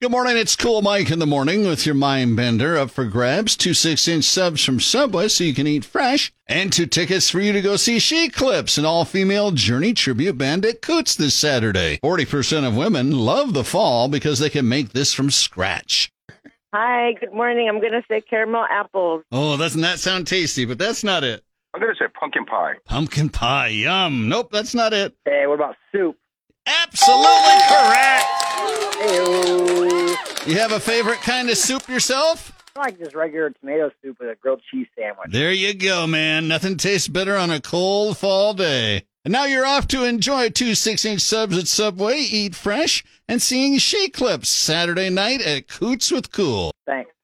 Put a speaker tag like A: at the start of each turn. A: Good morning. It's Cool Mike in the morning with your mind bender up for grabs. Two six inch subs from Subway so you can eat fresh, and two tickets for you to go see She Clips, an all female Journey tribute band at Coots this Saturday. 40% of women love the fall because they can make this from scratch.
B: Hi, good morning. I'm going to say caramel apples.
A: Oh, doesn't that sound tasty? But that's not it.
C: I'm going to say pumpkin pie.
A: Pumpkin pie. Yum. Nope, that's not it.
B: Hey, what about soup?
A: Absolutely correct. You have a favorite kind of soup yourself?
D: I like just regular tomato soup with a grilled cheese sandwich.
A: There you go, man. Nothing tastes better on a cold fall day. And now you're off to enjoy two six inch subs at Subway, eat fresh, and seeing She Clips Saturday night at Coots with Cool.
D: Thanks.